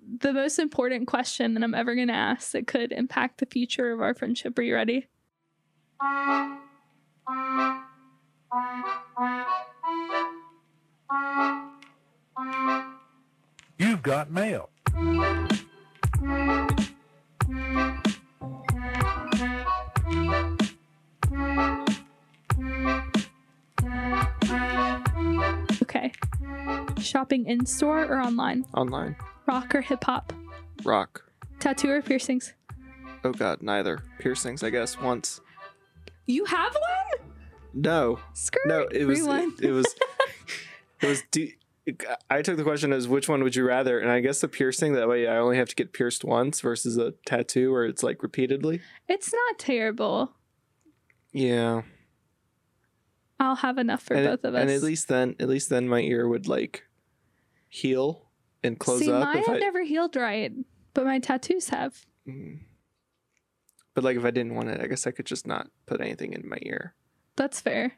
the most important question that I'm ever going to ask that could impact the future of our friendship. Are you ready? You've got mail. Okay. Shopping in store or online? Online. Rock or hip hop? Rock. Tattoo or piercings? Oh god, neither. Piercings, I guess, once. You have one? No. Skirt. No, it was Rewind. it, it was it was do I took the question as which one would you rather, and I guess the piercing that way I only have to get pierced once versus a tattoo where it's like repeatedly. it's not terrible. Yeah, I'll have enough for and, both of us. and at least then, at least then my ear would like heal and close See, up. mine If have I, never healed right, but my tattoos have. Mm. but like if I didn't want it, I guess I could just not put anything in my ear, That's fair.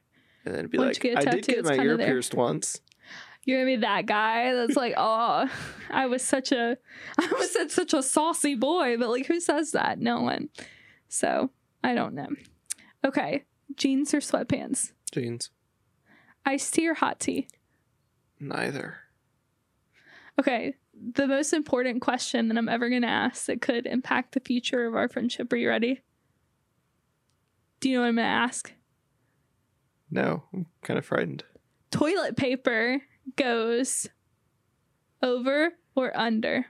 and then be Once like, you get a I did tattoo, get it's my kinda ear there." pierced once. You're gonna be that guy that's like, oh, I was such a, I was such- such a saucy boy, but like, who says that? No one. So I don't know. Okay, jeans or sweatpants? Jeans, Iced tea or hot tea? neither. Okay, the most important question that I'm ever gonna ask that could impact the future of our friendship. Are you ready? Do you know what I'm gonna ask? No, I'm kind of frightened. toilet paper goes over or under.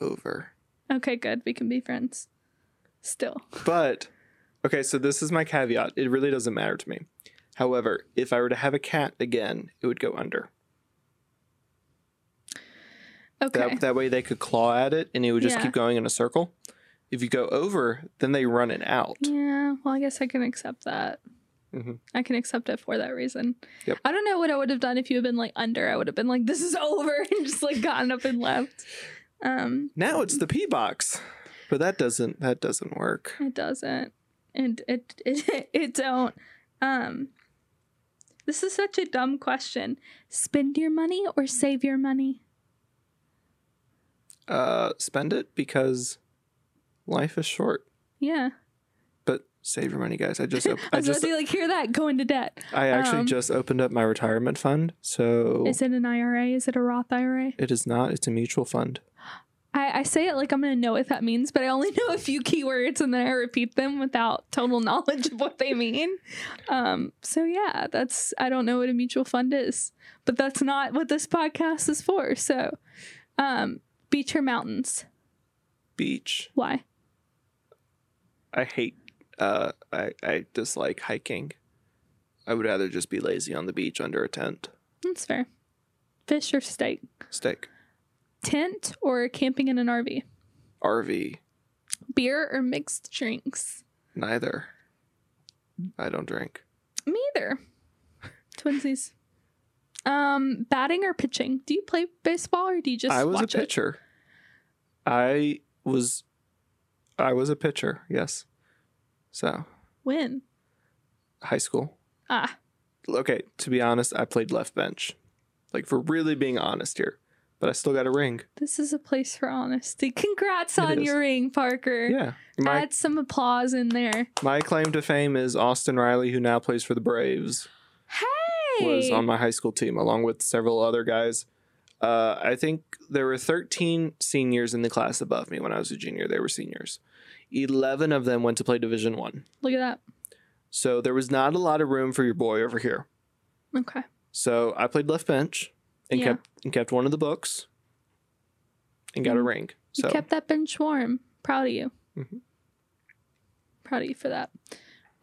Over. Okay, good. We can be friends. Still. But okay, so this is my caveat. It really doesn't matter to me. However, if I were to have a cat again, it would go under. Okay. That, that way they could claw at it and it would just Yeah. keep going in a circle. If you go over, then they run it out. yeah, well, I guess I can accept that. Mhm. I can accept it for that reason. Yep. I don't know what I would have done if you had been like under. I would have been like, this is over, and just like gotten up and left. Um, Now it's the pee box. But that doesn't that doesn't work. It doesn't. And it it, it don't. Um This is such a dumb question. Spend your money or save your money? Uh spend it because life is short. Yeah. But save your money, guys. I just op- I I was about just to be like, hear that, go into debt. I actually um, just opened up my retirement fund. So Is it an IRA? Is it a Roth IRA? it is not it's a mutual fund. I, I say it like I'm gonna know what that means, but I only know a few keywords and then I repeat them without total knowledge of what they mean. Um, so yeah, that's I don't know what a mutual fund is, but that's not what this podcast is for. So, um, beach or mountains? Beach. Why? I hate uh I, I dislike hiking. I would rather just be lazy on the beach under a tent. That's fair. Fish or steak? Steak. Tent or camping in an RV? RV. Beer or mixed drinks? Neither. I don't drink. Me either. Twinsies. Um, batting or pitching? Do you play baseball or do you just I was a watch it? pitcher. I was I was a pitcher, yes. So When? high school. Ah, Okay, to be honest, I played left bench. Like for really being honest here. But I still got a ring. this is a place for honesty. Congrats It on is. your ring, Parker. Yeah. My Add some applause in there. my claim to fame is Austin Riley, who now plays for the Braves. Hey. was on my high school team along with several other guys. Uh, I think there were 13 seniors in the class above me when I was a junior. They were seniors. 11 of them went to play Division 1. Look at that. So there was not a lot of room for your boy over here. Okay. So I played left bench and Yeah. kept and kept one of the books and got a Mm. ring. You So kept that bench warm. Proud of you. Mhm. Proud of you for that.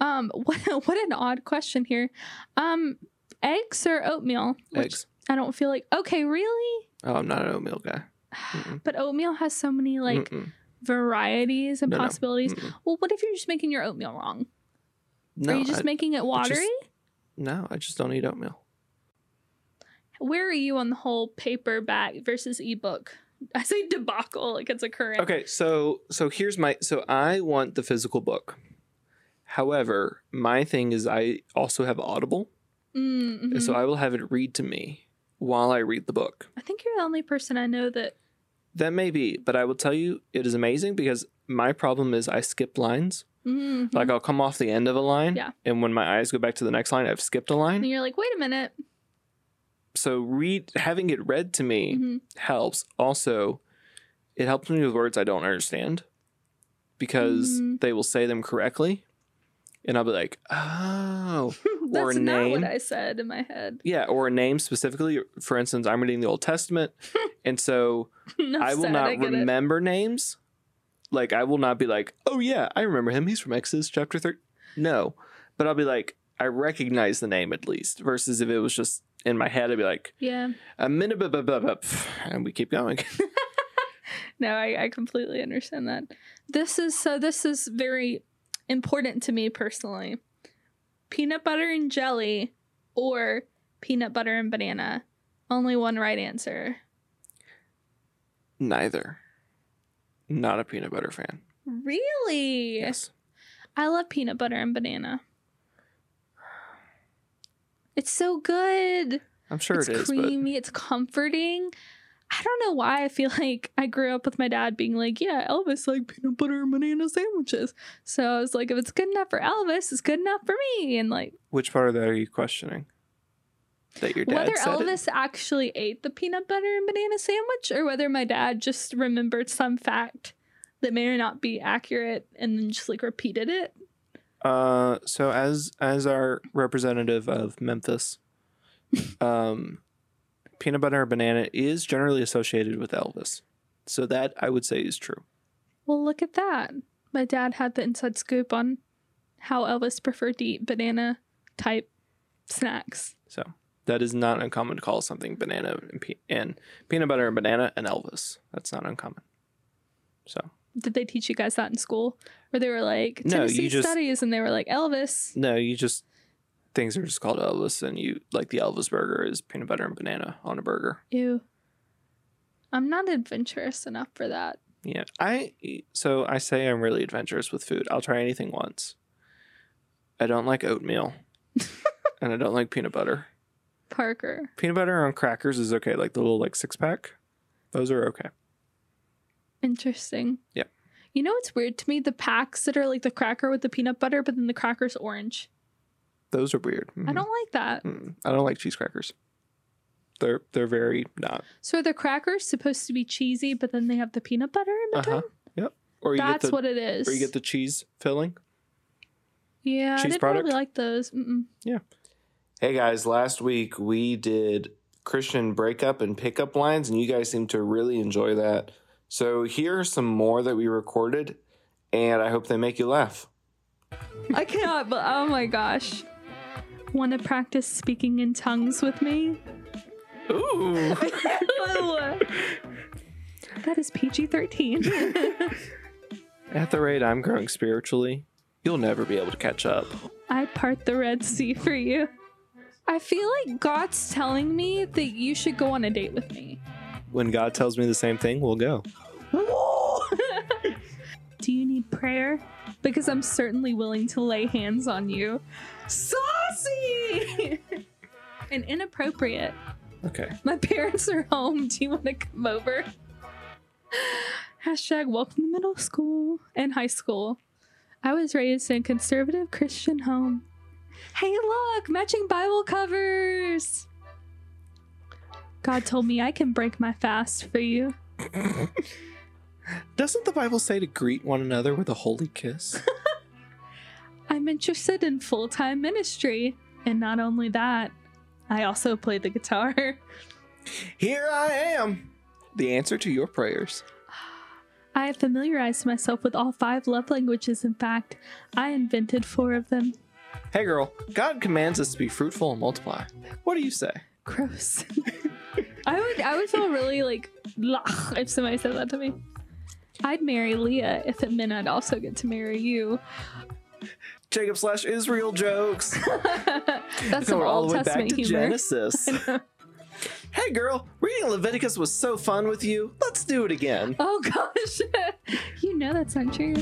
Um, what what an odd question here. Um, eggs or oatmeal? Which eggs. I don't feel like. Okay, really? Oh, I'm not an oatmeal guy. Mm-mm. But oatmeal has so many like Mm-mm. varieties and No, no. possibilities. Mm-mm. Well, what if you're just making your oatmeal wrong? no, Are you just I, making it watery? no, I just don't eat oatmeal. Where are you on the whole paperback versus ebook? I say debacle like it's a current. Okay, so so here's my so I want the physical book. However, my thing is I also have Audible, Mm-hmm. so I will have it read to me while I read the book. I think you're the only person I know that That may be, but I will tell you it is amazing because my problem is I skip lines. Mhm. Like um, I'll come off the end of a line, Yeah. and when my eyes go back to the next line, I've skipped a and line. you're like, wait a minute. So read having it read to me Mhm. helps. Also, it helps me with words I don't understand because Mhm. they will say them correctly, and I'll be like, oh, Mm-hmm. That's Or not name. what I said in my head. yeah, or a name specifically. For instance, I'm reading the Old Testament, and so No, I will sad, not I get it. remember names. Like I will not be like, oh yeah, I remember him. He's from Exodus chapter thirty. No, but I'll be like, I recognize the name at least. Versus if it was just in my head, I'd be like, Yeah. a minute, bu- bu- bu- bu- pff," and we keep going. No, I, I completely understand that. This is so this is very important to me personally. Peanut butter and jelly or peanut butter and banana. Only one right answer. Neither. Not a peanut butter fan. Really? Yes. I love peanut butter and banana. It's so good. I'm sure it's it is, creamy, it's comforting. I don't know why I feel like I grew up with my dad being like, yeah, Elvis liked peanut butter and banana sandwiches. So I was like, if it's good enough for Elvis, it's good enough for me. And like, but which part of that are you questioning? That your dad whether said it? Elvis actually ate the peanut butter and banana sandwich or whether my dad just remembered some fact that may or not be accurate and then just like repeated it. Uh, so as as our representative of Memphis, um, peanut butter or banana is generally associated with Elvis. So that I would say is true. Well, look at that. My dad had the inside scoop on how Elvis preferred to eat banana type snacks. So that is not uncommon to call something banana and, pe- and peanut butter and banana and Elvis. That's not uncommon. So did they teach you guys that in school where they were like No, Tennessee you just- studies and they were like Elvis no, you just things are just called Elvis, and you like the Elvis burger is peanut butter and banana on a burger. ew I'm not adventurous enough for that Yeah, I so I say I'm really adventurous with food. I'll try anything once. I don't like oatmeal, and I don't like peanut butter. Parker Peanut butter on crackers is okay, like the little like six pack. Those are okay. interesting Yep. you know what's weird to me the packs that are like the cracker with the peanut butter but then the cracker's orange Those are weird. I don't like that don't. I don't like cheese crackers. They're they're very not. so are the crackers supposed to be cheesy but then they have the peanut butter in between Uh-huh. Yep. Or you that's get the what it is or you get the cheese filling. yeah I cheese didn't product? really like those Mm-mm. Hey guys, last week we did Christian breakup and pickup lines, and you guys seem to really enjoy that. So here are some more that we recorded, and I hope they make you laugh. I cannot, but oh my gosh. Want to practice speaking in tongues with me? Ooh. that is PG 13. At the rate I'm growing spiritually, you'll never be able to catch up. I part the Red Sea for you. I feel like God's telling me that you should go on a date with me. When God tells me the same thing, we'll go. Do you need prayer? Because I'm certainly willing to lay hands on you. Saucy! and inappropriate. Okay. My parents are home. Do you want to come over? Hashtag welcome to middle school and high school. I was raised in a conservative Christian home. Hey, look, matching Bible covers. God told me I can break my fast for you. Doesn't the Bible say to greet one another with a holy kiss? I'm interested in full time ministry. And not only that, I also play the guitar. Here I am. The answer to your prayers. I have familiarized myself with all five love languages. In fact, I invented four of them. Hey girl, God commands us to be fruitful and multiply. What do you say? Gross. I would I would feel really like blech, if somebody said that to me. I'd marry Leah if it meant I'd also get to marry you. Jacob slash Israel jokes. That's some Going all Old the way back Testament to humor. Genesis. hey girl, reading Leviticus was so fun with you. Let's do it again. Oh gosh, you know that's not true.